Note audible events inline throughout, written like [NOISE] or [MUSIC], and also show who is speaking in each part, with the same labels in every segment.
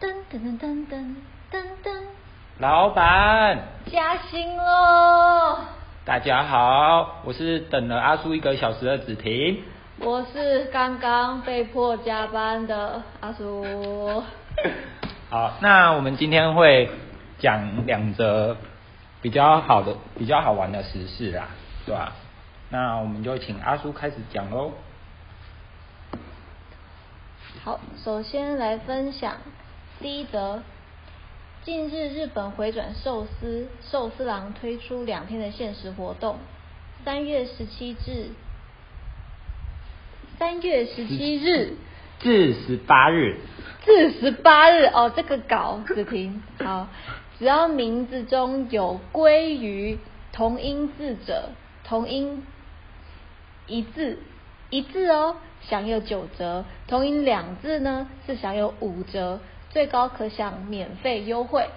Speaker 1: 噔噔噔噔噔噔，
Speaker 2: 老板，
Speaker 1: 加薪喽！
Speaker 2: 大家好，我是等了阿叔一个小时的子婷。
Speaker 1: 我是刚刚被迫加班的阿叔。
Speaker 2: 好，那我们今天会讲两则比较好的、比较好玩的时事啦，对吧、那我们就请阿叔开始讲喽。
Speaker 1: 好，首先来分享第一则。近日，日本回转寿司寿司郎推出两天的限时活动，三月十七至三月十七日
Speaker 2: 至十八日，
Speaker 1: 至十八日哦，这个稿子评好，只要名字中有“鲑鱼”同音字者，同音一字一字哦，享有九折；同音两字呢是享有五折，最高可享免费优惠。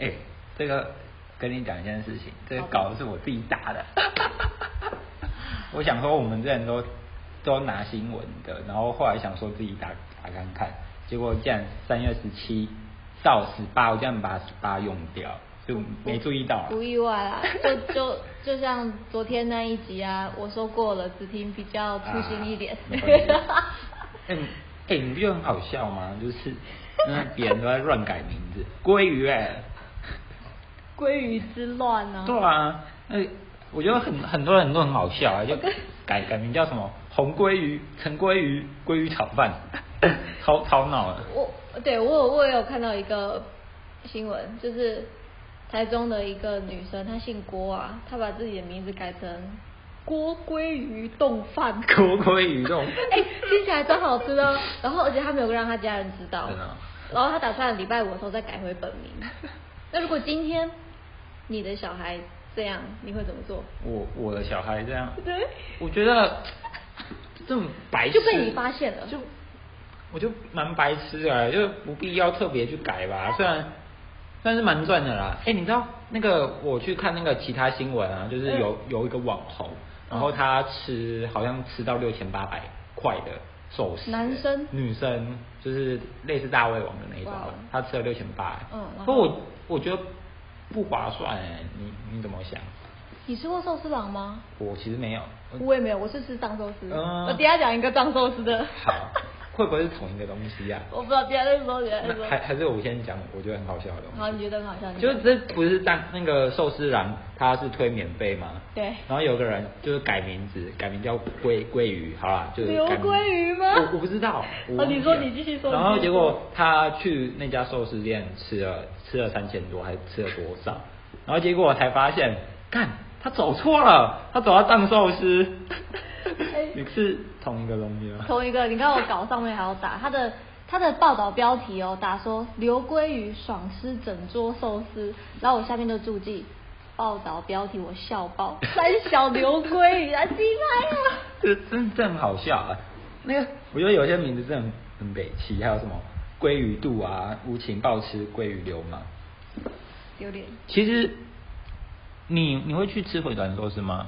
Speaker 2: 哎、这个跟你讲一件事情，这个
Speaker 1: 好的
Speaker 2: 稿是我自己打的。 [LAUGHS] 我想说，我们之前都都拿新闻的，然后后来想说自己打打看看，结果竟然三月十七到十八，我竟然把十八用掉，就没注意到、啊。
Speaker 1: 不意外啦，就就就像昨天那一集啊，我说过了，只听比较粗心一点
Speaker 2: 啊。 [LAUGHS] 没关系
Speaker 1: [LAUGHS]
Speaker 2: 哎、你哎你不觉得很好笑吗？就是因为别人都在乱改名字，鲑鱼哎、
Speaker 1: 鲑鱼之乱呢、
Speaker 2: 对啊，那我觉得很很多人都很好
Speaker 1: [LAUGHS]
Speaker 2: 笑啊，就改改名叫什么红鲑鱼、陈鲑鱼、鲑鱼炒
Speaker 1: [LAUGHS]
Speaker 2: 饭，超超闹了。
Speaker 1: 我对我有我也有看到一个新闻，就是台中的一个女生，她姓郭啊，她把自己的名字改成郭鲑鱼冻饭。
Speaker 2: 锅鲑鱼这种，
Speaker 1: 哎、听起来超好吃的哦。然后而且她没有让她家人知道
Speaker 2: 真的哦，
Speaker 1: 然后她打算礼拜五的时候再改回本名。那如果今天你的小孩这样，你会怎么做？
Speaker 2: 我我的小孩这样，
Speaker 1: 对，
Speaker 2: 我觉得这种白痴
Speaker 1: 就被你发现了
Speaker 2: 就我就蛮白痴的啊，就不必要特别去改吧。虽然算是蛮赚的啦。哎、你知道那个我去看那个其他新闻啊，就是
Speaker 1: 嗯
Speaker 2: 有、有一个网红，然后他吃好像吃到六千八百块的寿司、
Speaker 1: 男生
Speaker 2: 女生就是类似大胃王的那一种
Speaker 1: 哇，
Speaker 2: 他吃了六千八。
Speaker 1: 嗯然后
Speaker 2: 不过我我觉得不划算哎、你你怎么想？
Speaker 1: 你吃过寿司郎吗？
Speaker 2: 我其实没有，我
Speaker 1: 我也没有，我是吃藏寿司。
Speaker 2: 嗯
Speaker 1: 我等一下讲一个藏寿司的。
Speaker 2: 好，会不会是同一个东西啊？
Speaker 1: [LAUGHS] 我不知道，等一下再说，等一下再
Speaker 2: 那
Speaker 1: 说。
Speaker 2: 还还是我先讲，我觉得很好笑的东西。
Speaker 1: 好，你觉得很好笑？你
Speaker 2: 就
Speaker 1: 觉得
Speaker 2: 这不是当那个寿司郎，他是推免费吗？
Speaker 1: 对
Speaker 2: 然后有个人就是改名字，改名叫鲑鲑鱼，好啦，就是
Speaker 1: 刘
Speaker 2: 改名
Speaker 1: 鲑鱼吗
Speaker 2: 我我不
Speaker 1: [LAUGHS]
Speaker 2: 知道。我
Speaker 1: 哦
Speaker 2: 忘记
Speaker 1: 你说
Speaker 2: 了
Speaker 1: 你继续说
Speaker 2: 然
Speaker 1: 你
Speaker 2: 后
Speaker 1: 继续
Speaker 2: 结
Speaker 1: 说
Speaker 2: 果他去那家寿司店吃了吃了三千多，还吃了多少？然后结果我才发现，干他走错了，他走到藏寿司。
Speaker 1: [LAUGHS] 哎
Speaker 2: [LAUGHS] 你是同一个东西吗？
Speaker 1: 同一个，你看我稿上面还有打他的他的报道标题哦，打说刘鲑鱼爽吃整桌寿司， [LAUGHS] 然后我下面就注记报道标题我笑爆， [LAUGHS] 三小刘鲑鱼啊，鸡拍啊！
Speaker 2: 这真的很好笑啊！那个，我觉得有些名字真的很很北气，还有什么鲑鱼肚啊、无情暴吃鲑鱼流氓。
Speaker 1: 有点
Speaker 2: 其实，你你会去吃回转寿司吗？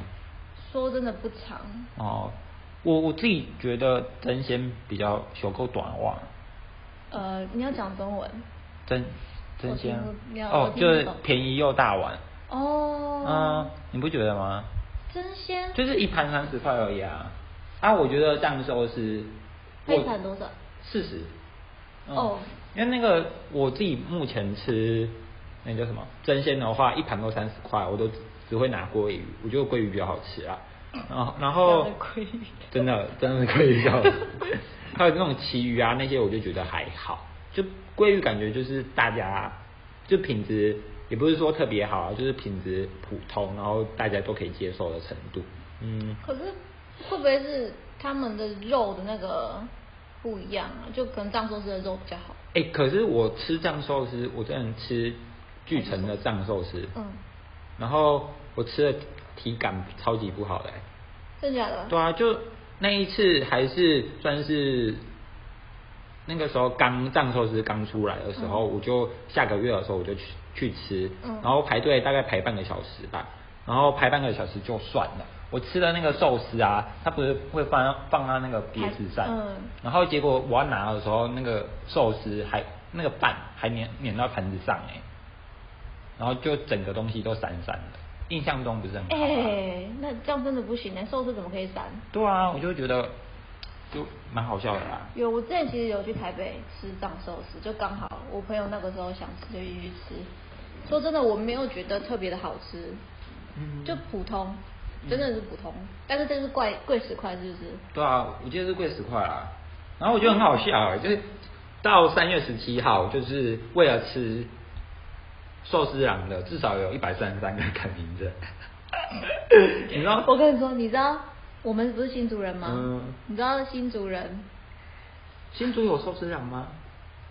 Speaker 1: 说真的不长，
Speaker 2: 哦，我我自己觉得真鲜比较小够短袜，
Speaker 1: 呃，你要讲中文
Speaker 2: 真真鲜
Speaker 1: 我听不了我
Speaker 2: 哦，
Speaker 1: 听
Speaker 2: 就
Speaker 1: 不
Speaker 2: 是
Speaker 1: 懂
Speaker 2: 便宜又大碗。嗯
Speaker 1: 哦，，
Speaker 2: 你不觉得吗？
Speaker 1: 真鲜，
Speaker 2: 就是一盘三十块而已啊。啊，我觉得藏寿司，
Speaker 1: 那
Speaker 2: 我
Speaker 1: 一盘多少？
Speaker 2: 四十。嗯
Speaker 1: 哦
Speaker 2: 因为那个我自己目前吃那叫什么真鲜的话，一盘都三十块，我都只只会拿鲑鱼，我觉得鲑鱼比较好吃啊。然后然后
Speaker 1: 这样的鲑鱼
Speaker 2: 真的真的鲑鱼比较好吃，还有那种旗鱼啊那些，我就觉得还好。就鲑鱼感觉就是大家就品质也不是说特别好啊，就是品质普通，然后大家都可以接受的程度。嗯，
Speaker 1: 可是会不会是他们的肉的那个不一样啊？就可能藏寿司的肉比较好。
Speaker 2: 哎、可是我吃藏寿司，我之前吃巨城的藏寿司，
Speaker 1: 嗯，
Speaker 2: 然后我吃的体感超级不好的、欸，
Speaker 1: 真假的？
Speaker 2: 对啊，就那一次还是算是那个时候刚藏寿司刚出来的时候，我就下个月的时候我就去去吃，
Speaker 1: 嗯
Speaker 2: 然后排队大概排半个小时吧，然后排半个小时就算了。我吃的那个寿司啊，它不是会放放到那个碟子上，
Speaker 1: 嗯
Speaker 2: 然后结果我要拿的时候，那个寿司还那个瓣还粘粘到盘子上哎、然后就整个东西都散散的，印象中不是很好、
Speaker 1: 哎、
Speaker 2: 啊。
Speaker 1: 那这样真的不行呢，寿司怎么可以散？
Speaker 2: 对啊，我就觉得就蛮好笑的啦。
Speaker 1: 有，我之前其实有去台北吃藏寿司，就刚好我朋友那个时候想吃就一起去吃。说真的，我没有觉得特别的好吃，
Speaker 2: 嗯
Speaker 1: 就普通，
Speaker 2: 嗯
Speaker 1: 真的是普通。但是这是怪贵十块，是不是？
Speaker 2: 对啊，我记得是贵十块啦。然后我觉得很好笑、欸，就是到三月十七号，就是为了吃寿司郎的，至少有一百三十三个 [LAUGHS] 改名证。你知道
Speaker 1: 我跟你说，你知道我们不是新竹人吗？
Speaker 2: 嗯
Speaker 1: 你知道新竹人
Speaker 2: 新竹有寿司郎吗？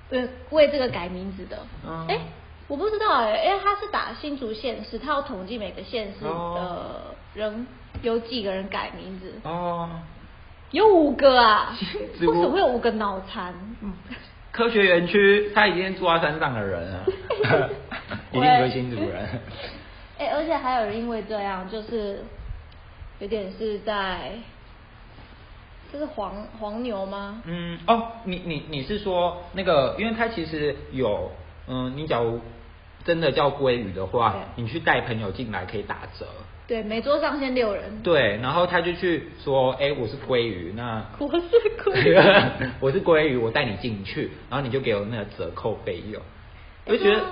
Speaker 1: 为呃为这个改名字的？
Speaker 2: 嗯
Speaker 1: 哎、我不知道哎、因为他是打新竹县市，他要统计每个县市的
Speaker 2: 哦
Speaker 1: 人、有几个人改名字。
Speaker 2: 哦，
Speaker 1: 有五个啊？为
Speaker 2: 新
Speaker 1: 什
Speaker 2: 竹嗯
Speaker 1: 么会有五个脑残？ [LAUGHS]
Speaker 2: 科学园区，他已经住在山上的人了， [LAUGHS] 一定不是新竹人。
Speaker 1: 哎、而且还有人因为这样，就是有点是在，这是黄黄牛吗？
Speaker 2: 嗯，哦，你你你是说那个，因为它其实有，嗯，你假如真的叫鲑鱼的话
Speaker 1: 对，
Speaker 2: 你去带朋友进来可以打折。
Speaker 1: 对，每桌上限六人。
Speaker 2: 对，然后他就去说，哎，我是鲑鱼，那
Speaker 1: 我是故意。
Speaker 2: [LAUGHS] 我是鲑鱼，我带你进去，然后你就给我那个折扣费用，我就
Speaker 1: 哎
Speaker 2: 觉
Speaker 1: 对
Speaker 2: 得
Speaker 1: 啊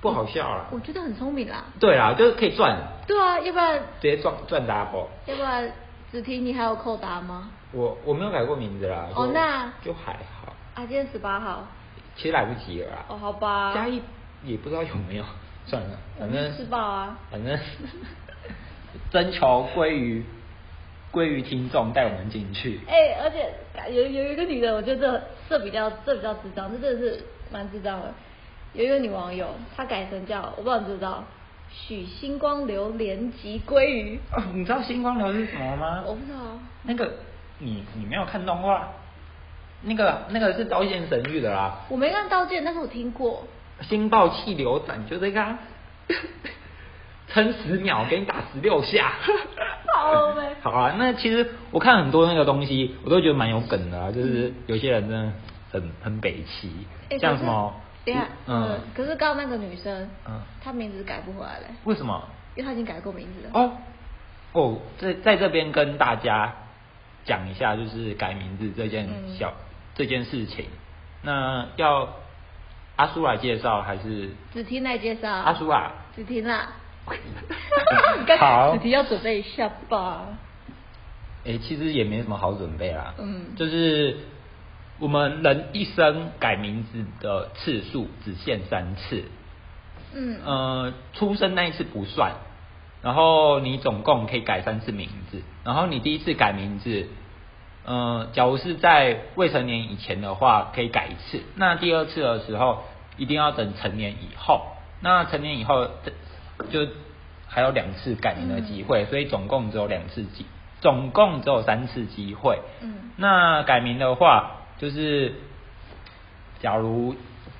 Speaker 2: 不好笑啦。
Speaker 1: 我觉得很聪明啦。
Speaker 2: 对啦，就是可以赚，
Speaker 1: 对啊，要不然
Speaker 2: 直接赚赚 double。
Speaker 1: 要不然子婷你还有扣打吗？
Speaker 2: 我我没有改过名字啦，
Speaker 1: 哦
Speaker 2: 就
Speaker 1: 那
Speaker 2: 就还好，
Speaker 1: 啊，今天十八号。
Speaker 2: 其实来不及了啦。
Speaker 1: 哦，好吧。
Speaker 2: 嘉义也不知道有没有， [LAUGHS] 算了，反
Speaker 1: 我
Speaker 2: 正
Speaker 1: 们吃爆啊，
Speaker 2: [LAUGHS] 反正征求鲑鱼鲑鱼听众带我们进去，
Speaker 1: 哎、而且感有有一个女的，我觉得这这比较这比较智障，这真的是蛮智障的。有一个女网友，她改成叫我不知道你知不知道，许星光流连及鲑鱼，
Speaker 2: 哦，你知道星光流是什么吗？
Speaker 1: 啊我不知道。
Speaker 2: 那个你你没有看动画，那个那个是刀剑神域的啦，
Speaker 1: 我没看《刀剑》，但是我听过。
Speaker 2: 星爆气流斩就这个、啊， [LAUGHS] 撑十秒给你打十六下。
Speaker 1: [LAUGHS] 好哦呗
Speaker 2: [LAUGHS] 好啊，那其实我看很多那个东西，我都觉得蛮有梗的啊，就是有些人真的很很北齐，
Speaker 1: 哎
Speaker 2: 像
Speaker 1: 可是
Speaker 2: 什么，
Speaker 1: 等一下，嗯
Speaker 2: 嗯，，
Speaker 1: 可是刚刚那个女生，
Speaker 2: 嗯
Speaker 1: 她名字改不回来了，
Speaker 2: 为什么？
Speaker 1: 因为她已经改过名字了。
Speaker 2: 哦哦，在在这边跟大家讲一下，就是改名字这件
Speaker 1: 嗯
Speaker 2: 小、这件事情。那要阿苏来介绍还是
Speaker 1: 子婷来介绍。
Speaker 2: 阿苏啊？
Speaker 1: 子婷啦。刚才
Speaker 2: [LAUGHS] 好
Speaker 1: 子婷要准备一下吧。
Speaker 2: 哎、其实也没什么好准备啦。
Speaker 1: 嗯
Speaker 2: 就是我们人一生改名字的次数只限三次。
Speaker 1: 嗯
Speaker 2: 呃，出生那一次不算，然后你总共可以改三次名字，然后你第一次改名字，呃，假如是在未成年以前的话，可以改一次。那第二次的时候，一定要等成年以后。那成年以后，这就还有两次改名的机会，所以总共只有两次机，总共只有三次机会。
Speaker 1: 嗯
Speaker 2: 那改名的话，就是假如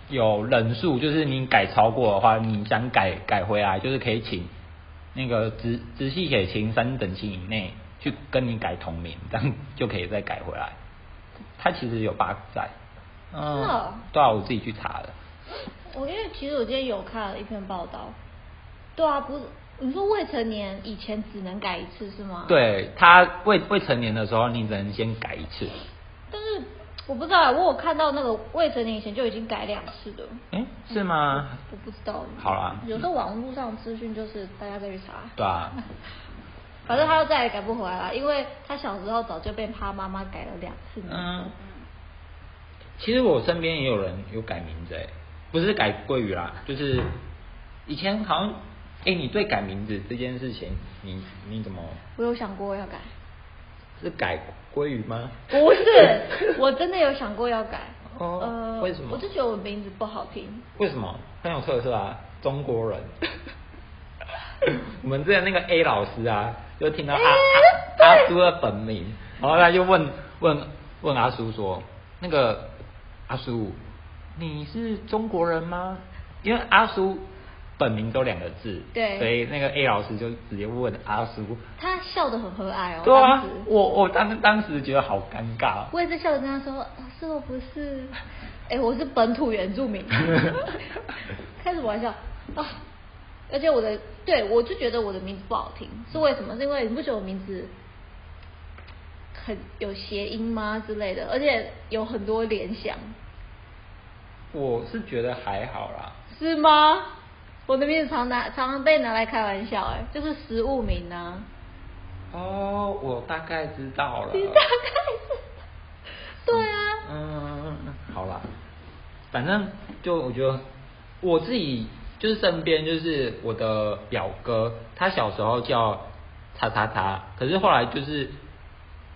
Speaker 2: 有人数，就是你改超过的话，你想改改回来，就是可以请那个直直系血亲三等亲以内去跟你改同名，这样就可以再改回来。它其实有 bug 在，嗯，
Speaker 1: 是哦
Speaker 2: 对啊，我自己去查的。
Speaker 1: 我因为其实我今天有看了一篇报道，对啊，不是你说未成年以前只能改一次是吗？。
Speaker 2: 对他未未成年的时候，你只能先改一次。
Speaker 1: 但是我不知道，啊我有看到那个未成年以前就已经改两次的，
Speaker 2: 哎，是吗？
Speaker 1: 我不知道。
Speaker 2: 好啦
Speaker 1: 有时候网络上的资讯就是大家再去查。
Speaker 2: [LAUGHS] 对啊，
Speaker 1: 反正他又再也改不回来了，因为他小时候早就被他妈妈改了两次名字。
Speaker 2: 嗯，其实我身边也有人有改名字，哎，不是改鲑鱼啦，就是以前好像，哎，你对改名字这件事情，你你怎么
Speaker 1: 我有想过要改，
Speaker 2: 是改鲑鱼吗？
Speaker 1: 不
Speaker 2: [LAUGHS]
Speaker 1: 是，我真的有想过要改。
Speaker 2: 哦
Speaker 1: 呃，
Speaker 2: 为什么
Speaker 1: 我就觉得我名字不好听。
Speaker 2: 为什么很有特色啊？中
Speaker 1: [LAUGHS]
Speaker 2: 国人。我们之前那个 A 老师啊，就听到阿、
Speaker 1: 哎
Speaker 2: 阿
Speaker 1: 对
Speaker 2: 阿叔的本名，然后他就问问问阿叔说：“那个阿叔，你是中国人吗？”因为阿叔本名都两个字，
Speaker 1: 对
Speaker 2: 所以那个 A 老师就直接问阿叔，
Speaker 1: 他笑得很和蔼哦，
Speaker 2: 对啊
Speaker 1: 当时，
Speaker 2: 我我当当时觉得好尴尬，
Speaker 1: 我也是笑着跟他说：“老师，我不是， [LAUGHS] 哎、我是本土原住
Speaker 2: [LAUGHS]
Speaker 1: 民。”开什么玩笑啊！而且我的，对我就觉得我的名字不好听，是为什么？是因为你不觉得我名字很有谐音吗之类的？而且有很多联想，
Speaker 2: 我是觉得还好啦，
Speaker 1: 是吗？我的名字常拿常常被拿来开玩笑、哎，就是食物名啊。
Speaker 2: 哦，我大概知道了，
Speaker 1: 你大概是，对啊，
Speaker 2: 呃嗯，好啦，反正就我觉得我自己就是身边就是我的表哥，他小时候叫叉叉叉，可是后来就是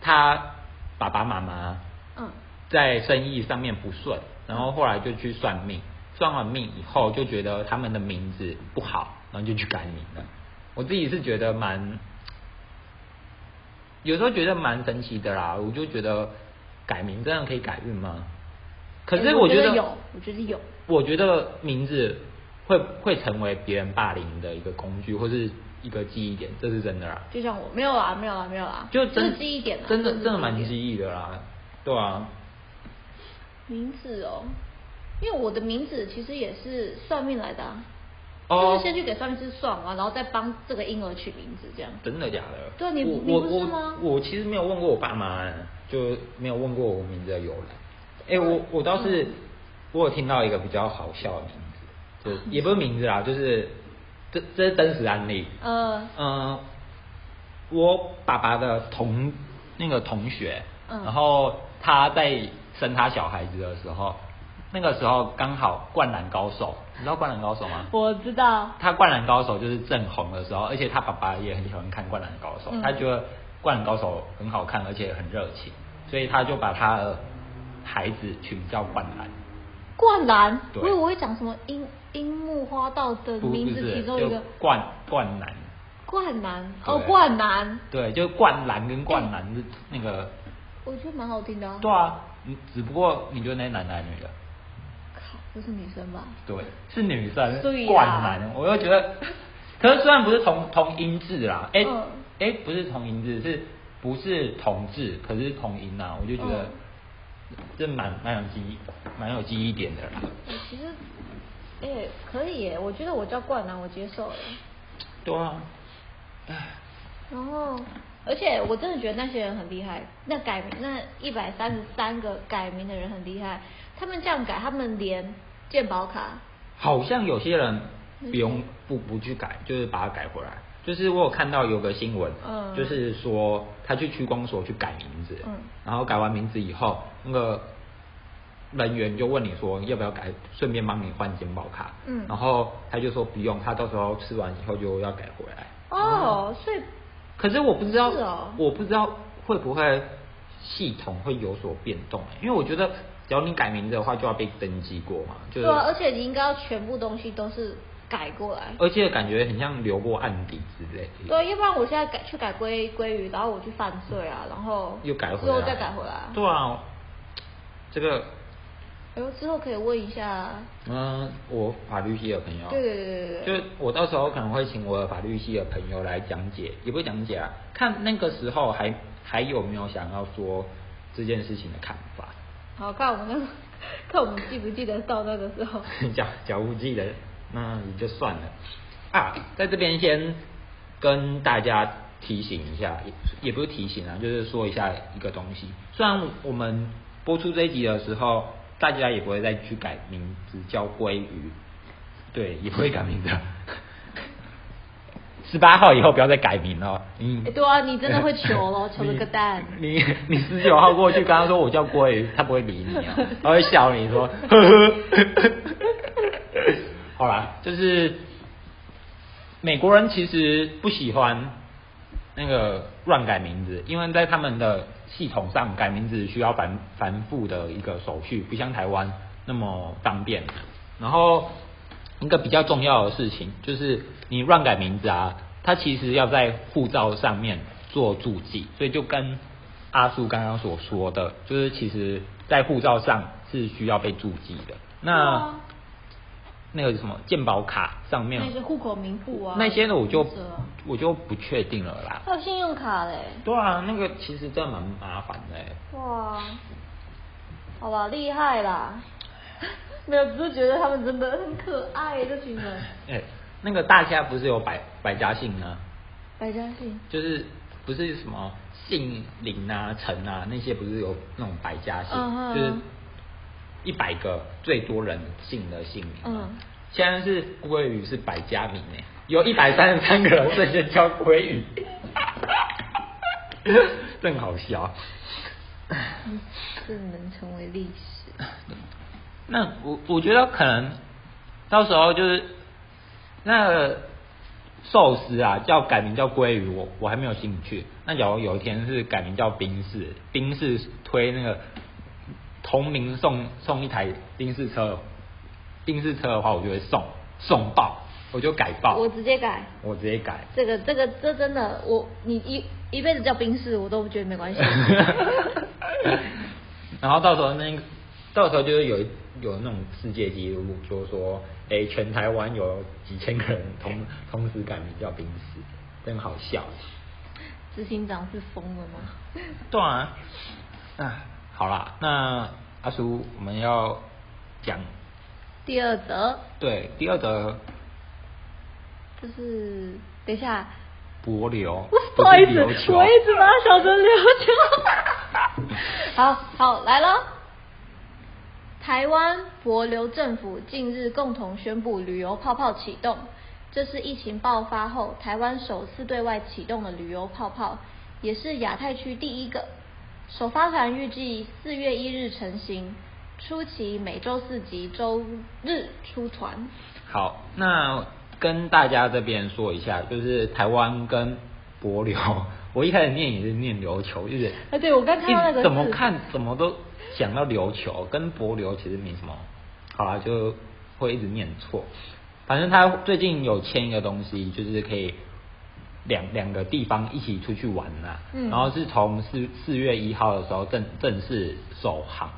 Speaker 2: 他爸爸妈妈
Speaker 1: 嗯，
Speaker 2: 在生意上面不顺，然后后来就去算命，算完命以后就觉得他们的名字不好，然后就去改名了。我自己是觉得蛮，有时候觉得蛮神奇的啦。我就觉得改名真的可以改运吗？可
Speaker 1: 哎
Speaker 2: 是
Speaker 1: 我
Speaker 2: 觉得,、
Speaker 1: 有，我觉得有。
Speaker 2: 我觉得名字会会成为别人霸凌的一个工具或是一个记忆点，这是真的啦。
Speaker 1: 就像我没有啦，没有啊啦，没有啦，
Speaker 2: 就
Speaker 1: 就是
Speaker 2: 真
Speaker 1: 记忆点啦，
Speaker 2: 真的
Speaker 1: 就
Speaker 2: 真
Speaker 1: 是
Speaker 2: 的
Speaker 1: 记
Speaker 2: 蛮
Speaker 1: 忆点
Speaker 2: 记忆的啦，对啊。
Speaker 1: 名字哦，因为我的名字其实也是算命来的、啊，
Speaker 2: 哦
Speaker 1: 就是先去给算命师算完，然后再帮这个婴儿取名字这样。
Speaker 2: 真的假的？
Speaker 1: 对你
Speaker 2: 我
Speaker 1: 你
Speaker 2: 我
Speaker 1: 不是吗
Speaker 2: 我我其实没有问过我爸妈，就没有问过我名字的由来。哎、
Speaker 1: 哦
Speaker 2: 我我倒是、
Speaker 1: 嗯
Speaker 2: 我有听到一个比较好笑的名字，
Speaker 1: 嗯
Speaker 2: 就也不是名字啦，就是这这是真实案例。
Speaker 1: 呃，
Speaker 2: 嗯，我爸爸的同那个同学，
Speaker 1: 嗯
Speaker 2: 然后他在生他小孩子的时候，那个时候刚好《灌篮高手》，你知道《灌篮高手》吗？
Speaker 1: 我知道，
Speaker 2: 他《灌篮高手》就是正红的时候，而且他爸爸也很喜欢看《灌篮高手》
Speaker 1: 嗯
Speaker 2: 他觉得《灌篮高手》很好看，而且很热情，所以他就把他的呃孩子取名叫灌篮。
Speaker 1: 灌篮，
Speaker 2: 对
Speaker 1: 我以为我会讲什么樱樱木花道的
Speaker 2: 不
Speaker 1: 呃名字
Speaker 2: 不是
Speaker 1: 其中一
Speaker 2: 就
Speaker 1: 个
Speaker 2: 灌灌篮，
Speaker 1: 灌篮哦，
Speaker 2: 对
Speaker 1: 灌篮，
Speaker 2: 对，就灌篮跟灌篮是那个，
Speaker 1: 我觉得蛮好听的、啊。
Speaker 2: 对啊，嗯只不过你觉得那男男女的，
Speaker 1: 靠，不是女生吧？
Speaker 2: 对，是女生
Speaker 1: 对啊
Speaker 2: 灌篮，我又觉
Speaker 1: [LAUGHS]
Speaker 2: 得，可是虽然不是同同音字啦，哎、
Speaker 1: 嗯
Speaker 2: 哎、不是同音字，是不是同字？可是同音啊，我就觉得、
Speaker 1: 嗯
Speaker 2: 这蛮蛮有记忆，蛮有记忆点的啦。
Speaker 1: 我其实，哎、可以耶，我觉得我叫灌篮，我接受了。
Speaker 2: 对啊，唉
Speaker 1: 然后，而且我真的觉得那些人很厉害，那改名那一百三十三个改名的人很厉害，他们这样改，他们连健保卡，
Speaker 2: 好像有些人不用不不去改，就是把它改回来。就是我有看到有个新闻，
Speaker 1: 嗯
Speaker 2: 就是说他去区公所去改名字，
Speaker 1: 嗯
Speaker 2: 然后改完名字以后，那个人员就问你说要不要改，顺便帮你换健保卡，
Speaker 1: 嗯
Speaker 2: 然后他就说不用，他到时候吃完以后就要改回来。
Speaker 1: 哦，所以
Speaker 2: 可是我不知道，
Speaker 1: 是哦
Speaker 2: 我不知道会不会系统会有所变动、因为我觉得只要你改名字的话，就要被登记过嘛，就是
Speaker 1: 对啊，而且你应该要全部东西都是改过来，
Speaker 2: 而且感觉很像留过案底之类的。
Speaker 1: 对啊，要不然我现在改去改归归于，然后我去犯罪啊，然后
Speaker 2: 又改回
Speaker 1: 之
Speaker 2: 来，
Speaker 1: 后再改回来啊，
Speaker 2: 对啊，这个，
Speaker 1: 哎呦，之后可以问一下，
Speaker 2: 嗯，我法律系的朋友，
Speaker 1: 对对对对对，
Speaker 2: 就我到时候可能会请我的法律系的朋友来讲解，也不是讲解啊，看那个时候还还有没有想要说这件事情的看法。
Speaker 1: 好看我们那个， [LAUGHS] 看我们记不记得到那个时候，
Speaker 2: [LAUGHS] 假假无记的，那也就算了啊。在这边先跟大家提醒一下，也也不是提醒啊，就是说一下一个东西。虽然我们播出这一集的时候，大家也不会再去改名字叫鲑鱼，嗯对，也不会改名字。十八号以后不要再改名了，你、
Speaker 1: 哎对啊你真的会求咯求了个
Speaker 2: [LAUGHS]
Speaker 1: 蛋
Speaker 2: 你你你十九号过去跟他说我叫鲑鱼，他不会理你啊，他会笑你说 [LAUGHS] 呵呵。好啦，就是美国人其实不喜欢那个乱改名字，因为在他们的系统上改名字需要繁繁复的一个手续，不像台湾那么方便。然后一个比较重要的事情就是你乱改名字啊，它其实要在护照上面做注记，所以就跟阿叔刚刚所说的，就是其实在护照上是需要被注记的。那、
Speaker 1: 对啊
Speaker 2: 那个什么健保卡上面
Speaker 1: 那是户口名簿啊
Speaker 2: 那些的我就
Speaker 1: 名字啊
Speaker 2: 我就不确定了啦。
Speaker 1: 还有信用卡嘞，
Speaker 2: 对啊，那个其实真的蛮麻烦的欸、
Speaker 1: 哇，好吧，厉害 [LAUGHS] 啦！没有，只是觉得他们真的很可爱，这群人。
Speaker 2: 哎、那个大家不是有百百家姓啊，
Speaker 1: 百家姓，
Speaker 2: 就是不是什么姓林啊、陈啊那些，不是有那种百家姓，
Speaker 1: 嗯嗯嗯
Speaker 2: 就是一百个最多人姓的姓名、
Speaker 1: 嗯
Speaker 2: 啊。现在是鲑鱼是百家名哎、有一百三十三个人瞬间叫鲑鱼， [LAUGHS] 真好笑。
Speaker 1: 这能成为历史。
Speaker 2: 那我我觉得可能到时候就是那个寿司啊，叫改名叫鲑鱼，我我还没有兴趣。那假如有一天是改名叫宾士，宾士推那个同名送送一台宾士车，宾士车的话，我就会送送爆，我就改爆，
Speaker 1: 我直接改，
Speaker 2: 我直接改。
Speaker 1: 这个这个这真的，我你一一辈子叫冰室，我都觉得没
Speaker 2: [LAUGHS]
Speaker 1: 关系。
Speaker 2: 然后到时候那个到时候就是有有那种世界纪录，就说哎、诶全台湾有几千个人同同时改名叫冰室，真好笑。
Speaker 1: 执行长是疯了吗？
Speaker 2: 对啊，啊，好啦，那阿叔我们要讲
Speaker 1: 第二则，
Speaker 2: 对第二则
Speaker 1: 就是等一下，
Speaker 2: 柏流，
Speaker 1: [LAUGHS] 不好意思，
Speaker 2: 不是琉球
Speaker 1: 我一直把它想成琉球。 [LAUGHS] 好好来了，台湾博流政府近日共同宣布旅游泡泡启动，这是疫情爆发后台湾首次对外启动的旅游泡泡，也是亚太区第一个。首发团预计四月一日成型，初期每周四及周日出团。
Speaker 2: 好，那跟大家这边说一下，就是台湾跟柏流， [LAUGHS] 我一开始念也是念琉球，就是
Speaker 1: 哎对我刚看到那个
Speaker 2: 一怎么
Speaker 1: 字
Speaker 2: 看怎么都想到琉球，跟柏流其实没什么，好啦，就会一直念错。反正他最近有签一个东西，就是可以两两个地方一起出去玩啦、
Speaker 1: 嗯
Speaker 2: 然后是从四四月一号的时候正正式首航。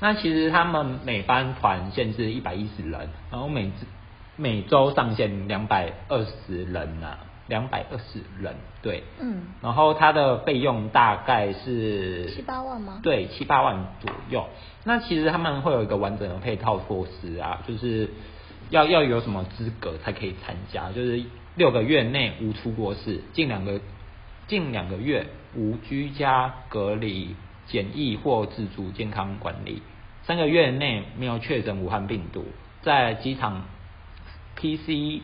Speaker 2: 那其实他们每班团限制一百一十人，然后每次每周上限两百二十人呐、啊，两百二十人，对，
Speaker 1: 嗯，
Speaker 2: 然后它的费用大概是
Speaker 1: 七八万吗
Speaker 2: 对，七八万左右。那其实他们会有一个完整的配套措施啊，就是要要有什么资格才可以参加，就是六个月内无出国事，近两个近两个月无居家隔离、检疫或自主健康管理，三个月内没有确诊武汉病毒，在机场 PCR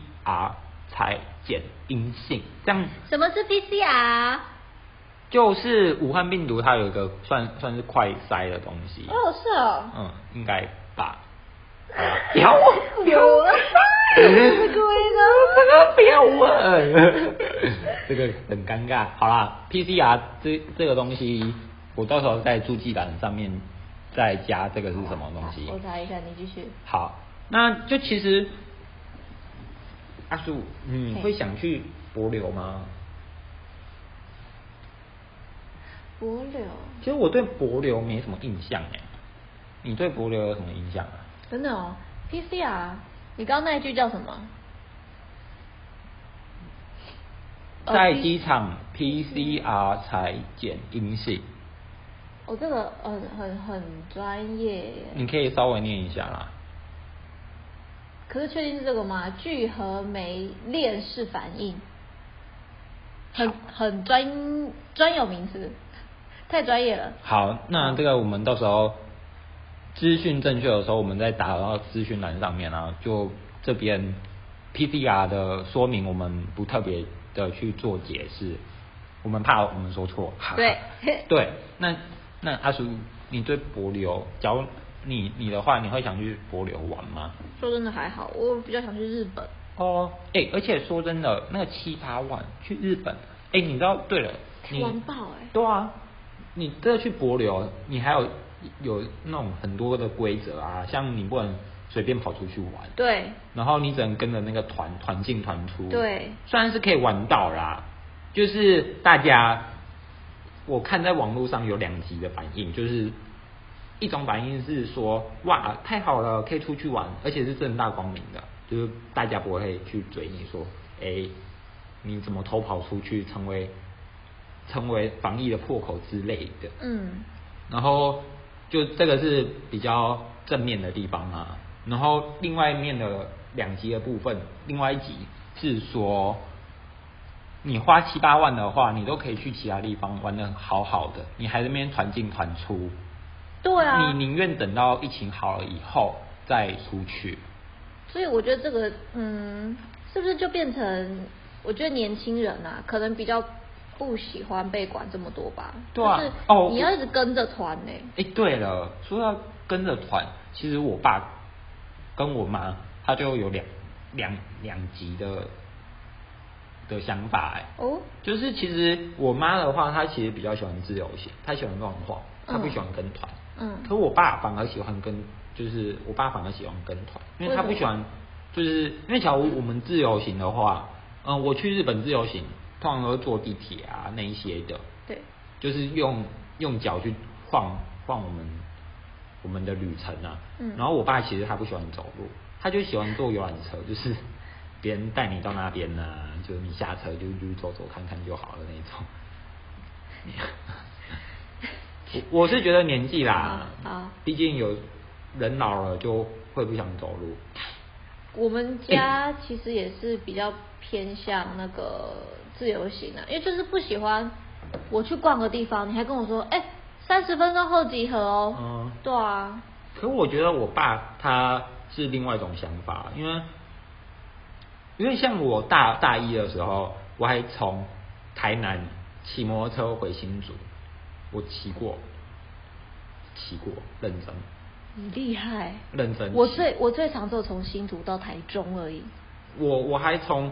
Speaker 2: 裁检阴性，这样
Speaker 1: 什么是 PCR？
Speaker 2: 就是武汉病毒，它有一个算算是快筛的东西，
Speaker 1: 哦，是哦。
Speaker 2: 嗯，应该吧。不要我，
Speaker 1: 有啊，是故意
Speaker 2: 不要问，这个很尴尬。好啦，PCR 这这个东西，我到时候在注记栏上面再加这个是什么东西
Speaker 1: 的。。我查一下，你继续。
Speaker 2: 好，那就其实阿叔，你
Speaker 1: 嘿
Speaker 2: 会想去博流吗？
Speaker 1: 柏柳，
Speaker 2: 其实我对柏流没什么印象哎，你对柏流有什么印象啊？
Speaker 1: 真的哦，PCR，你刚刚那一句叫什么？哦
Speaker 2: 在
Speaker 1: P-
Speaker 2: 机场 PCR 裁剪阴性，
Speaker 1: 哦，这个很很很专业耶。
Speaker 2: 你可以稍微念一下啦。
Speaker 1: 可是确定是这个吗？聚合酶链式反应，很很专专有名词，太专业了。
Speaker 2: 好，那这个我们到时候资讯正确的时候，我们再打到资讯栏上面啊。就这边 PCR 的说明，我们不特别的去做解释，我们怕我们说错。哈哈
Speaker 1: 对
Speaker 2: [LAUGHS] 对，那那阿叔，你对柏流，假如你你的话，你会想去柏流玩吗？
Speaker 1: 说真的还好，我比较想去日本。
Speaker 2: 哦，哎、而且说真的，那个七八万去日本，哎、你知道？对了，你
Speaker 1: 玩爆欸
Speaker 2: 对啊，你这去博流，你还有有那种很多的规则啊，像你不能随便跑出去玩，
Speaker 1: 对，
Speaker 2: 然后你只能跟着那个团团进团出，
Speaker 1: 对
Speaker 2: 虽然是可以玩到啦，就是大家我看在网络上有两极的反应，就是一种反应是说，哇，太好了，可以出去玩，而且是正大光明的，就是大家不会去追你说，哎、你怎么偷跑出去，成为成为防疫的破口之类的。
Speaker 1: 嗯，
Speaker 2: 然后就这个是比较正面的地方啊。然后另外一面的两集的部分，另外一集是说，你花七八万的话，你都可以去其他地方玩的好好的，你还在那边团进团出。
Speaker 1: 对啊
Speaker 2: 你，宁愿等到疫情好了以后再出去。
Speaker 1: 所以我觉得这个，嗯，是不是就变成，我觉得年轻人啊，可能比较不喜欢被管这么多吧。
Speaker 2: 对啊
Speaker 1: 就是
Speaker 2: 哦
Speaker 1: 你要一直跟着团呢、
Speaker 2: 哎，对了，说到跟着团，其实我爸跟我妈他就有两两两极的的想法哎。
Speaker 1: 哦，
Speaker 2: 就是其实我妈的话，她其实比较喜欢自由行，她喜欢乱晃，她不
Speaker 1: 嗯
Speaker 2: 喜欢跟团。
Speaker 1: 嗯
Speaker 2: 可我爸反而喜欢跟，就是我爸反而喜欢跟团，因为他不
Speaker 1: 为什么
Speaker 2: 喜欢，就是因为假如我们自由行的话，嗯，我去日本自由行，通常都会坐地铁啊那一些的，
Speaker 1: 对，
Speaker 2: 就是用用脚去晃晃我们我们的旅程啊。
Speaker 1: 嗯
Speaker 2: 然后我爸其实他不喜欢走路，他就喜欢坐游览车，就是 [LAUGHS] 别人带你到那边呢、就是你下车就就走走看看就好了那种。 [LAUGHS] 我我是觉得年纪啦
Speaker 1: 好好，
Speaker 2: 毕竟有人老了就会不想走路。
Speaker 1: 我们家其实也是比较偏向那个自由行啊，因为就是不喜欢我去逛个地方，你还跟我说，哎、三十分钟后集合哦。
Speaker 2: 嗯
Speaker 1: 对啊，
Speaker 2: 可我觉得我爸他是另外一种想法，因为因为像我大大一的时候，我还从台南骑摩托车回新竹，我骑过，骑过，认真
Speaker 1: 你厉害。
Speaker 2: 认真骑。
Speaker 1: 我最我最常就从新竹到台中而已。
Speaker 2: 我我还从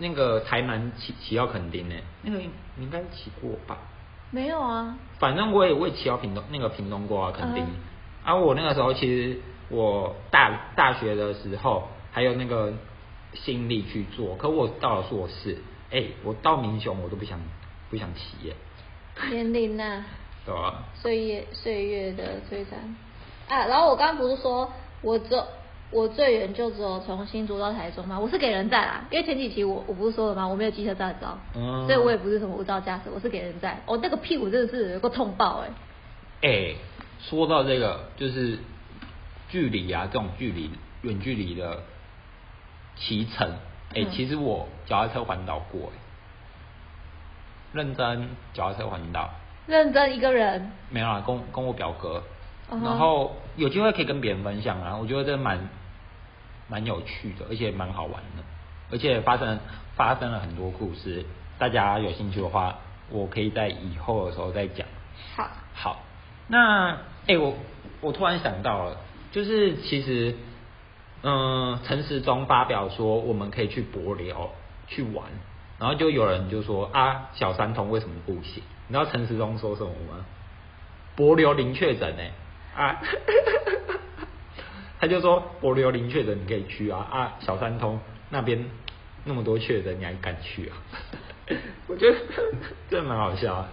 Speaker 2: 那个台南骑骑到垦丁呢，那个你应该骑过吧？
Speaker 1: 没有啊，
Speaker 2: 反正我也我也骑到屏东那个屏东过啊，肯定。
Speaker 1: 嗯
Speaker 2: 啊，我那个时候其实我大大学的时候还有那个心力去做，可我到了硕士，哎、我到民雄我都不想不想骑耶，
Speaker 1: 年龄呐、
Speaker 2: 对吧、
Speaker 1: 岁月岁月的摧残啊。然后我刚刚不是说我走我最远就只有从新竹到台中吗？我是给人载啦，因为前几期我我不是说了吗？我没有机车驾照，
Speaker 2: 嗯
Speaker 1: 所以我也不是什么无照驾驶，我是给人载。我、那个屁股真的是有个痛爆哎、
Speaker 2: 哎、说到这个，就是距离啊，这种距离远距离的骑乘，哎、
Speaker 1: 嗯
Speaker 2: 其实我脚踏车环岛过、哎，认真脚踏车环岛。
Speaker 1: 认真一个人，
Speaker 2: 没有啦，跟我跟我表哥
Speaker 1: 嗯哼
Speaker 2: 然后有机会可以跟别人分享啊，我觉得这蛮蛮有趣的，而且蛮好玩的，而且发生发生了很多故事，大家有兴趣的话，我可以在以后的时候再讲。
Speaker 1: 好，
Speaker 2: 好，那哎、诶我我突然想到了，就是其实，嗯、陈时中发表说我们可以去博流去玩，然后就有人就说啊，小三通为什么不行？你知道陈时中说什么吗？博流零确诊呢、啊， [LAUGHS] 他就说博流零确诊你可以去啊啊，小三通那边那么多确诊你还敢去啊？ [LAUGHS] 我觉得这蛮好笑、啊。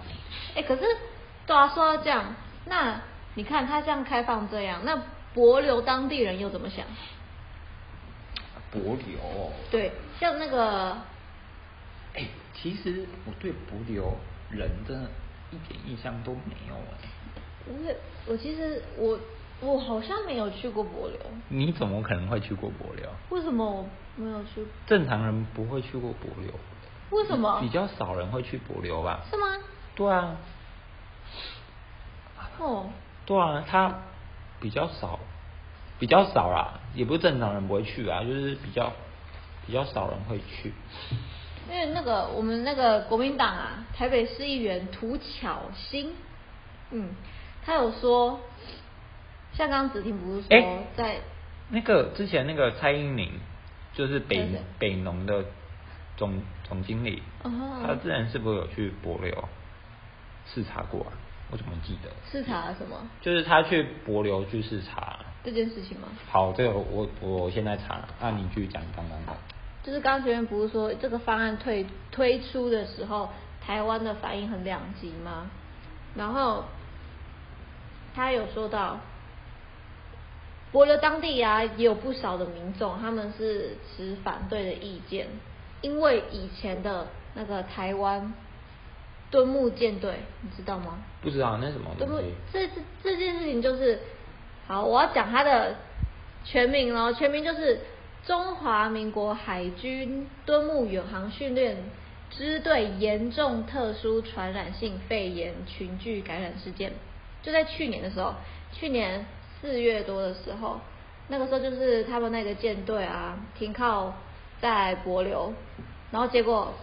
Speaker 1: 哎、可是对啊，说到这样，那你看他这样开放这样，那博流当地人又怎么想？
Speaker 2: 柏流哦，
Speaker 1: 对，像那个
Speaker 2: 哎、其实我对柏流人真的一点印象都没有哎、
Speaker 1: 我也我其实我我好像没有去过柏流，
Speaker 2: 你怎么可能会去过柏流？
Speaker 1: 为什么我没有去？
Speaker 2: 正常人不会去过柏流，
Speaker 1: 为什么
Speaker 2: 比？较少人会去柏流吧？
Speaker 1: 是吗？
Speaker 2: 对啊，
Speaker 1: 哦，
Speaker 2: 对啊，他比较少，比较少啦，也不是正常人不会去啊，就是比较比较少人会去。
Speaker 1: 因为那个我们那个国民党啊，台北市议员涂巧新，嗯，他有说，像刚刚子婷不是说
Speaker 2: 哎
Speaker 1: 在
Speaker 2: 那个之前那个蔡英宁，就是北
Speaker 1: 对对
Speaker 2: 北农的总总经理，
Speaker 1: 哦
Speaker 2: 他之前是不是有去博流视察过啊？我怎么记得？
Speaker 1: 视察了什么
Speaker 2: 就是他去博流去视察。
Speaker 1: 这件事情吗？
Speaker 2: 好，这个我我现在查，那你继续讲刚刚的。
Speaker 1: 就是刚刚学院不是说这个方案推推出的时候，台湾的反应很两极吗？然后他有说到，博流当地啊，也有不少的民众，他们是持反对的意见，因为以前的那个台湾敦睦舰队，你知道吗？
Speaker 2: 不知道那是什么
Speaker 1: 对不
Speaker 2: 东西？？
Speaker 1: 这这这件事情就是，好，我要讲它的全名喽，全名就是中华民国海军敦睦远航训练支队严重特殊传染性肺炎群聚感染事件，就在去年的时候，去年四月多的时候，那个时候就是他们那个舰队啊停靠在帛流，然后结果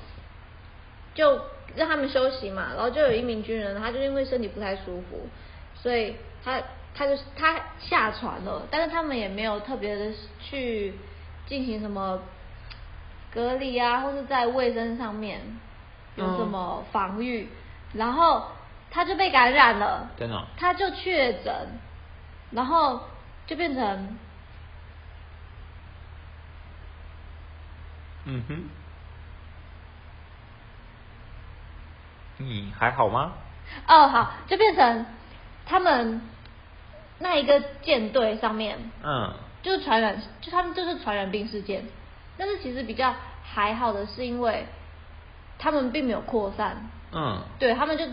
Speaker 1: 就让他们休息嘛，然后就有一名军人，他就因为身体不太舒服，所以他他就是他下船了，但是他们也没有特别的去进行什么隔离啊，或是在卫生上面有什么防御，然后他就被感染了，
Speaker 2: 真的哦
Speaker 1: 他就确诊，然后就变成
Speaker 2: 嗯哼，你还好吗？
Speaker 1: 哦，好，就变成他们那一个舰队上面
Speaker 2: 嗯，
Speaker 1: 就是传染，就他们就是传染病事件。但是其实比较还好的是，因为他们并没有扩散，
Speaker 2: 嗯，
Speaker 1: 对他们就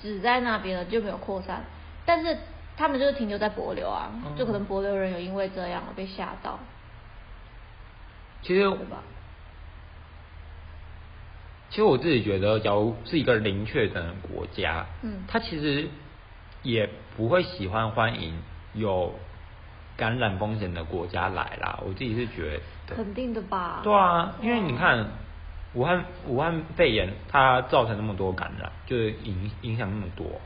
Speaker 1: 只在那边了，就没有扩散。但是他们就是停留在柏流啊，
Speaker 2: 嗯
Speaker 1: 就可能柏流人有因为这样而被吓到，
Speaker 2: 其实
Speaker 1: 对吧？
Speaker 2: 其实我自己觉得，假如是一个零确诊的国家，
Speaker 1: 嗯
Speaker 2: 他其实也不会喜欢欢迎有感染风险的国家来啦。我自己是觉得，
Speaker 1: 肯定的吧？
Speaker 2: 对啊，因为你看武汉武汉肺炎，它造成那么多感染，就是影影响那么多。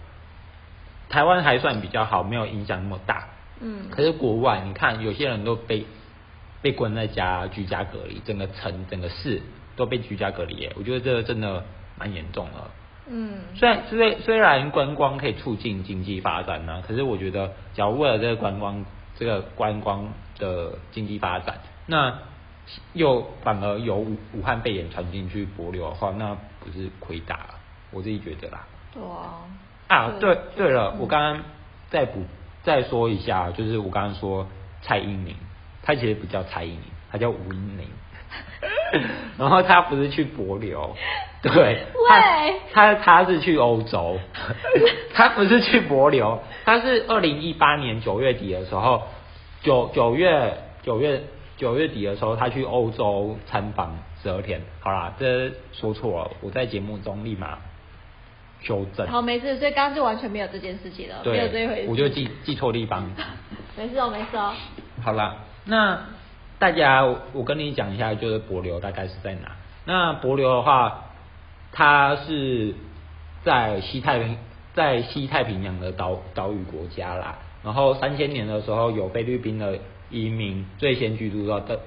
Speaker 2: 台湾还算比较好，没有影响那么大。
Speaker 1: 嗯
Speaker 2: 可是国外，你看有些人都被被关在家居家隔离，整个城、整个市都被居家隔离耶。我觉得这真的蛮严重的。
Speaker 1: 嗯，
Speaker 2: 虽然虽虽然观光可以促进经济发展呢、可是我觉得，假如为了这个观光这个观光的经济发展，那又反而有武武汉肺炎传进去博流的话，那不是亏大了？我自己觉得啦。
Speaker 1: 对啊。
Speaker 2: 啊，对对了，我刚刚再补再说一下，就是我刚刚说蔡依林，她其实不叫蔡依林，她叫吴英玲。然后她不是去博流，对，
Speaker 1: 喂
Speaker 2: 她她她是去欧洲，她不是去博流，她是二零一八年九月底的时候，九九月九月九月底的时候，她去欧洲参访十二天。好啦，这说错了，我在节目中立马修正。
Speaker 1: 好，没事，所以刚刚就完全没有这件事情了，没有这一回
Speaker 2: 对
Speaker 1: 事。，
Speaker 2: 我就记记错地方。
Speaker 1: [LAUGHS] 没事哦，没事哦。
Speaker 2: 好啦，那大家我我跟你讲一下，就是柏流大概是在哪？那柏流的话，它是在西太平在西太平洋的岛岛屿国家啦。然后三千年的时候，有菲律宾的移民最先居住到这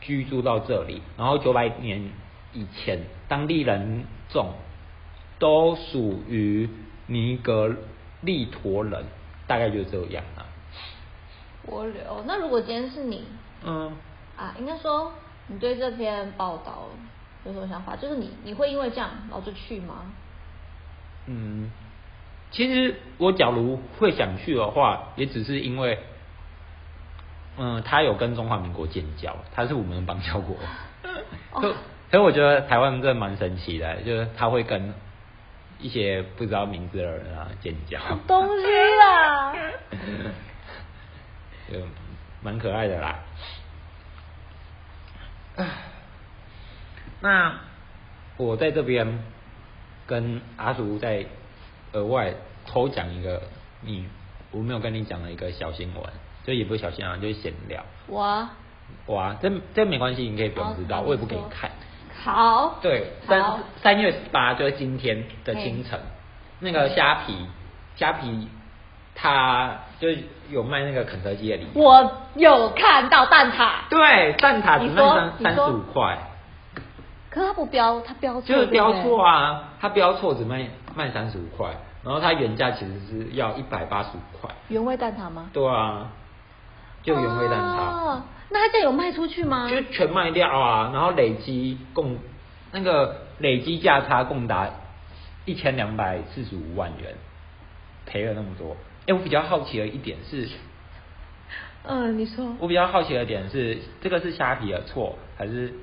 Speaker 2: 居住到这里，然后九百年以前，当地人种都属于尼格利陀人，大概就这样啊啦。
Speaker 1: 我留。那如果今天是你
Speaker 2: 嗯，
Speaker 1: 啊，应该说你对这篇报道有什么想法？就是你你会因为这样然后就去吗？
Speaker 2: 嗯，其实我假如会想去的话，也只是因为，嗯，他有跟中华民国建交，他是我们的邦交国。
Speaker 1: 哦
Speaker 2: 所以所以我觉得台湾真的蛮神奇的，就是他会跟一些不知道名字的人啊建交，
Speaker 1: 东西
Speaker 2: [LAUGHS]
Speaker 1: 啦，
Speaker 2: 就蛮可爱的啦。唉那我在这边跟阿叔在额外抽奖一个你我没有跟你讲的一个小新闻，就也不是小新闻啊，就是闲聊。
Speaker 1: 我啊
Speaker 2: 哇，这这没关系，你可以不用知道，
Speaker 1: 好
Speaker 2: 我也不给你
Speaker 1: 好
Speaker 2: 看。
Speaker 1: 哦好，
Speaker 2: 对，
Speaker 1: 好
Speaker 2: 三三月十八就是今天的清晨，那个虾皮，虾皮它就是有卖那个肯德基的礼物，
Speaker 1: 我有看到蛋挞，
Speaker 2: 对，蛋挞只
Speaker 1: 你
Speaker 2: 卖
Speaker 1: 说
Speaker 2: 三
Speaker 1: 你
Speaker 2: 三
Speaker 1: 说
Speaker 2: 十五块，
Speaker 1: 可是它不标，它标错，
Speaker 2: 就是标错
Speaker 1: 啊。
Speaker 2: 啊，它标错只卖卖三十五块，然后它原价其实是要一百八十五块，
Speaker 1: 原味蛋挞吗？
Speaker 2: 对啊，就原味蛋挞。
Speaker 1: 哦，那它这样有卖出去吗？
Speaker 2: 就全卖掉啊，然后累积共那个累积价差共达一千两百四十五万元，赔了那么多。哎、我比较好奇的一点是，
Speaker 1: 嗯，你说。
Speaker 2: 我比较好奇的点是，这个是虾皮的错，还是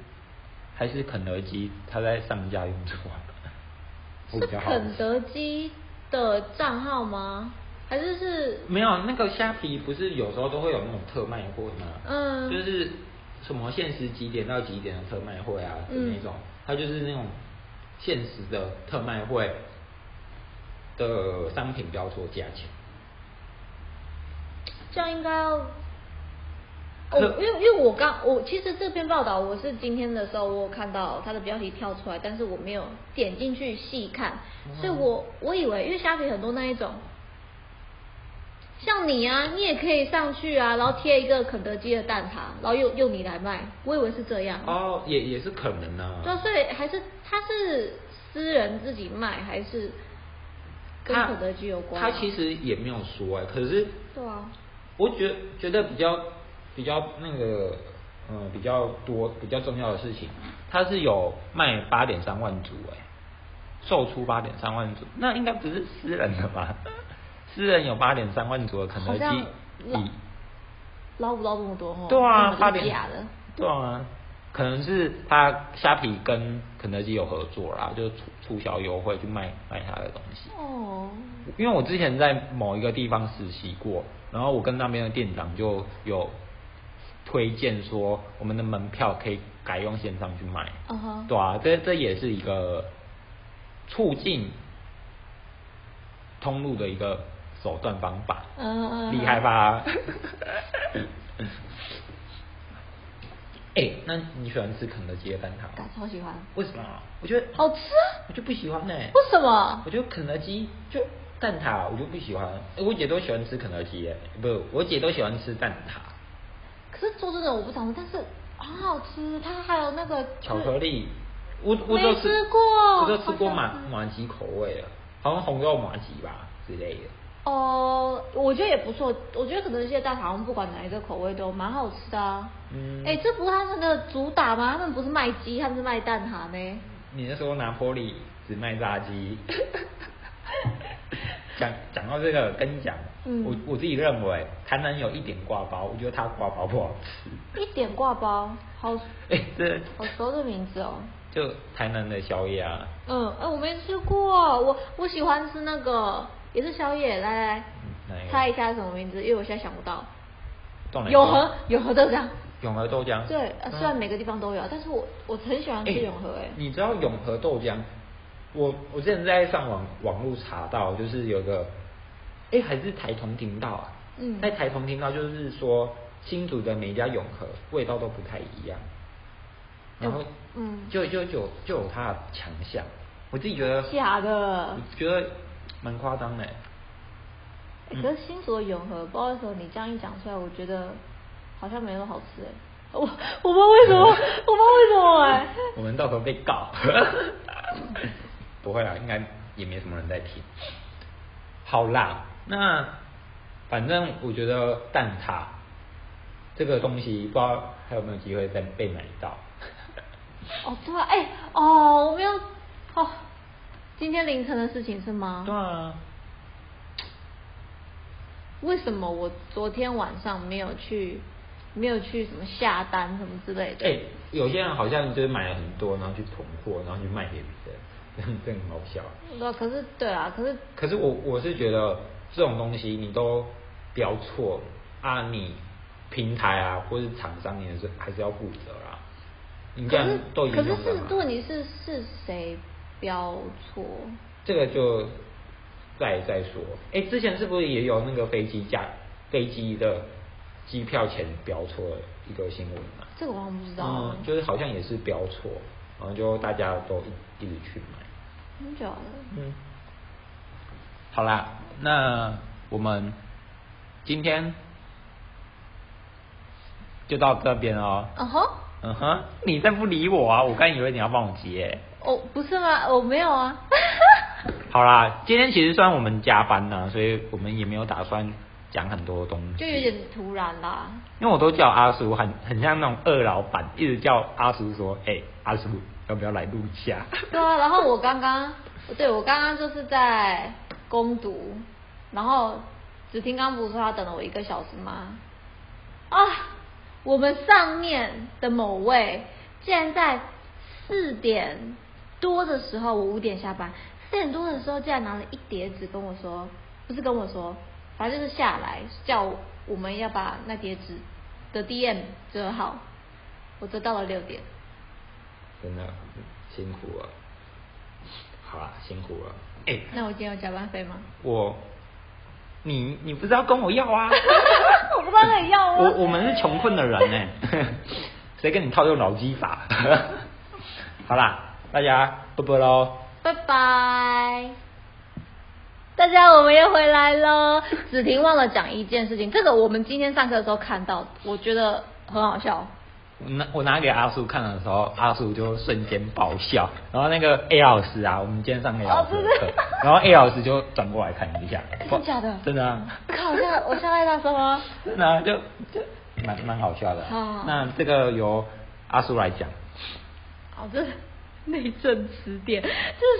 Speaker 2: 还是肯德基他在上架用错？ [LAUGHS] 我
Speaker 1: 是
Speaker 2: 比较好奇
Speaker 1: 肯德基的账号吗？还是是
Speaker 2: 没有那个虾皮不是有时候都会有那种特卖会吗？
Speaker 1: 嗯
Speaker 2: 就是什么限时几点到几点的特卖会啊，
Speaker 1: 嗯
Speaker 2: 那种，它就是那种限时的特卖会的商品标错价钱。
Speaker 1: 这样应该要？
Speaker 2: 可
Speaker 1: 哦，因为因为我刚我其实这篇报道我是今天的时候我有看到它的标题跳出来，但是我没有点进去细看，所以我
Speaker 2: 嗯
Speaker 1: 我以为因为虾皮很多那一种，像你啊，你也可以上去啊，然后贴一个肯德基的蛋挞，然后用用你来卖，我以为是这样。
Speaker 2: 哦，也也是可能啊呢、
Speaker 1: 对，所以还嗯是他是私人自己卖，还是跟
Speaker 2: 它
Speaker 1: 肯德基有关、啊
Speaker 2: 他其实也没有说哎、可是
Speaker 1: 对啊，
Speaker 2: 我觉觉得比较比较那个，嗯，比较多比较重要的事情，它是有卖八点三万组哎、售出八点三万组，那应该不是私人的吧？ [LAUGHS] 私人有八点三万组的肯德
Speaker 1: 好像
Speaker 2: 基，
Speaker 1: 老
Speaker 2: 以
Speaker 1: 捞不到这么多哦。
Speaker 2: 对啊，八
Speaker 1: 根本就
Speaker 2: 点
Speaker 1: 是假的。
Speaker 2: 对啊，可能是他虾皮跟肯德基有合作啦，就促促销优惠去卖卖他的东西。
Speaker 1: 哦，
Speaker 2: 因为我之前在某一个地方实习过，然后我跟那边的店长就有推荐说，我们的门票可以改用线上去买。
Speaker 1: 嗯哼
Speaker 2: 对啊，这这也是一个促进通路的一个手段方法。
Speaker 1: 嗯嗯嗯
Speaker 2: 厉
Speaker 1: [LAUGHS]
Speaker 2: 害吧？哎、那你喜欢吃肯德基的蛋挞
Speaker 1: 感
Speaker 2: 吗？
Speaker 1: 超喜欢，
Speaker 2: 为什么？我觉得
Speaker 1: 好吃啊
Speaker 2: 我就不喜欢呢、
Speaker 1: 为什么
Speaker 2: 我觉得肯德基就蛋挞，我就不喜欢。欸我姐都喜欢吃肯德基、欸，不，我姐都喜欢吃蛋挞、
Speaker 1: 可是说真的，我不常吃，但是很好吃。它还有那个就是
Speaker 2: 巧克力。我我
Speaker 1: 没
Speaker 2: 都吃
Speaker 1: 吃过
Speaker 2: 我都吃过
Speaker 1: 好想
Speaker 2: 马
Speaker 1: 吃
Speaker 2: 马吉口味的，好像红肉马吉吧之类的。
Speaker 1: 哦，我觉得也不错。我觉得肯德基的蛋挞，好像不管哪一个口味都蛮好吃的啊。
Speaker 2: 嗯
Speaker 1: 哎、这不是他们的主打吗？他们不是卖鸡，他们是卖蛋挞呢。
Speaker 2: 你是说拿坡里只卖
Speaker 1: [LAUGHS]
Speaker 2: 炸鸡？讲讲到这个，跟你讲，
Speaker 1: 嗯
Speaker 2: 我我自己认为台南有一点挂包，我觉得它挂包不好吃。
Speaker 1: 一点挂包，好，
Speaker 2: 哎、这
Speaker 1: 好熟的名字哦。
Speaker 2: 就台南的宵夜啊，
Speaker 1: 嗯，哎、我没吃过，我我喜欢吃那个，也是宵夜。来来
Speaker 2: 嗯哪一
Speaker 1: 来，
Speaker 2: 个
Speaker 1: 猜一下什么名字？因为我现在想不到。
Speaker 2: 重点
Speaker 1: 永和，永和豆浆。
Speaker 2: 永和豆浆。
Speaker 1: 对，呃
Speaker 2: 嗯
Speaker 1: 虽然每个地方都有，但是我我很喜欢吃
Speaker 2: 欸
Speaker 1: 永和、哎、
Speaker 2: 你知道永和豆浆？我我之前在上网网络查到，就是有个，哎、还是台同听到啊，
Speaker 1: 嗯
Speaker 2: 在台同听到就是说新竹的每一家永和味道都不太一样，然后
Speaker 1: 嗯
Speaker 2: 就就就就有它的强项，我自己觉得
Speaker 1: 假的
Speaker 2: 我觉得蛮夸张的欸，
Speaker 1: 欸
Speaker 2: 嗯
Speaker 1: 可是新竹的永和，不知道为什么你这样一讲出来，我觉得好像没那么好吃、哎，我我不知道为什么，我不知道为什么、哎。
Speaker 2: [LAUGHS] 我们到时候被告，不会啊啦，应该也没什么人在听。好啦，那反正我觉得蛋挞这个东西，不知道还有没有机会再被买到。
Speaker 1: 哦，对啊，哎、哦，我们要，哦，今天凌晨的事情是吗？
Speaker 2: 对啊，
Speaker 1: 为什么我昨天晚上没有去，没有去什么下单什么之类的？
Speaker 2: 哎、有些人好像就是买了很多，然后去囤货，然后去卖给别人， [LAUGHS] 这很好笑。
Speaker 1: 对啊，可是对啊，可是
Speaker 2: 可是我我是觉得这种东西你都标错啊，你平台啊或是厂商你也是还是要负责啦。你这
Speaker 1: 可
Speaker 2: 样
Speaker 1: 是
Speaker 2: 都已经
Speaker 1: 可是
Speaker 2: 用上
Speaker 1: 是
Speaker 2: 了
Speaker 1: 问题是是谁标错？
Speaker 2: 这个就再再说。哎、之前是不是也有那个飞机价飞机的机票钱标错的一个新闻啊？
Speaker 1: 这个我好像不知道啊
Speaker 2: 嗯，就是好像也是标错，然后就大家都一一直去买。
Speaker 1: 很久了。
Speaker 2: 嗯，好啦，那我们今天就到这边哦。
Speaker 1: 嗯哼，
Speaker 2: 嗯哼，你再不理我啊，我刚以为你要帮我接。
Speaker 1: 哦，不是吗？我、没有
Speaker 2: [LAUGHS]
Speaker 1: 啊。
Speaker 2: 好啦，今天其实算我们加班呢、所以我们也没有打算讲很多东西，
Speaker 1: 就有点突然啦。
Speaker 2: 因为我都叫阿叔，很很像那种二老板，一直叫阿叔说，哎、阿叔要不要来录
Speaker 1: [LAUGHS]
Speaker 2: 一下？
Speaker 1: 对啊，然后我刚刚，对我刚刚就是在攻读，然后只听刚不是说他等了我一个小时吗？啊，我们上面的某位竟然在四点多的时候，我五点下班，四点多的时候竟然拿了一叠纸跟我说，不是跟我说，反正就是下来叫我们要把那叠纸的 DM 折好，我折到了六点。
Speaker 2: 真的辛苦了。好啦，辛苦了。哎、
Speaker 1: 那我今天有加班费吗？
Speaker 2: 我，你你不是要跟我要
Speaker 1: [LAUGHS]
Speaker 2: 啊？
Speaker 1: 我不知道那里要吗啊
Speaker 2: 我我们是穷困的人呢、 [LAUGHS] 谁跟你套用老基法？ [LAUGHS] 好啦，大家啵啵喽。
Speaker 1: 拜拜。大家，我们又回来喽。子婷忘了讲一件事情，这个我们今天上课的时候看到，我觉得很好笑。
Speaker 2: 我拿我拿给阿叔看的时候，阿叔就瞬间爆笑。然后那个 A 老师啊，我们今天上 A 老师的
Speaker 1: 哦真
Speaker 2: 课
Speaker 1: 的，
Speaker 2: [LAUGHS] 然后 A 老师就转过来看一下，
Speaker 1: [LAUGHS] 真的假的
Speaker 2: 真
Speaker 1: [LAUGHS]
Speaker 2: 的啊，
Speaker 1: 靠，我现在我现在在说吗？
Speaker 2: 真的啊就就蛮蛮好笑的啊
Speaker 1: 好。
Speaker 2: 那这个由阿叔来讲，
Speaker 1: 哦，这是内政词典，这是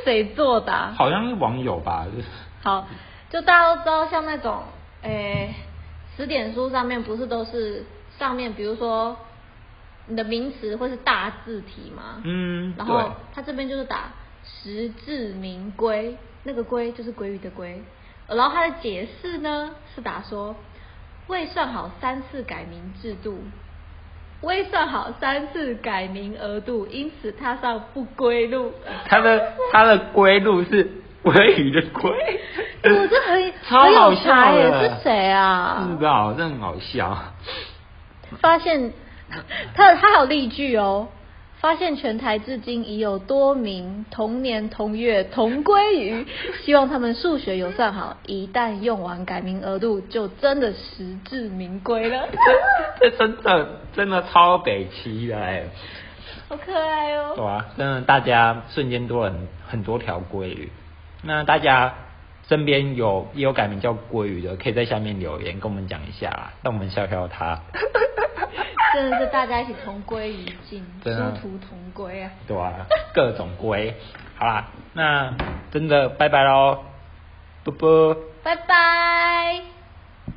Speaker 1: 谁做的啊、
Speaker 2: 好像是网友吧，就是
Speaker 1: [LAUGHS] 好，就大家都知道，像那种诶词典书上面不是都是上面，比如说你的名词会是大字体吗？
Speaker 2: 嗯
Speaker 1: 然
Speaker 2: 对
Speaker 1: 后它这边就是打实至名归，那个归就是鲑鱼的归。呃然后它的解释呢是打说，未算好三次改名制度，未算好三次改名额度，因此踏上不归路。
Speaker 2: 他的他的归路是鲑鱼的鲑，
Speaker 1: 我这很
Speaker 2: [LAUGHS] 超
Speaker 1: 很
Speaker 2: 好
Speaker 1: 有
Speaker 2: 笑
Speaker 1: 才耶
Speaker 2: 的，
Speaker 1: 是谁啊
Speaker 2: 不知道，真的很好笑。 [LAUGHS]
Speaker 1: 发现 [LAUGHS] 他他还有例句哦。发现全台至今已有多名同年同月同归于，希望他们数学有算好，一旦用完改名额度，就真的实至名归了。
Speaker 2: 这这真的真的超北齐的哎、
Speaker 1: 好可爱
Speaker 2: 对
Speaker 1: 哦！
Speaker 2: 啊，真的大家瞬间多了很很多条鲑鱼。那大家身边有也有改名叫鲑鱼的，可以在下面留言跟我们讲一下啦，让我们笑笑他。
Speaker 1: 真的是大家一起同归于尽，殊
Speaker 2: 真的
Speaker 1: 途同归啊！
Speaker 2: 对啊，各种龟。好啦，那真的拜拜喽，啵啵。
Speaker 1: 拜拜。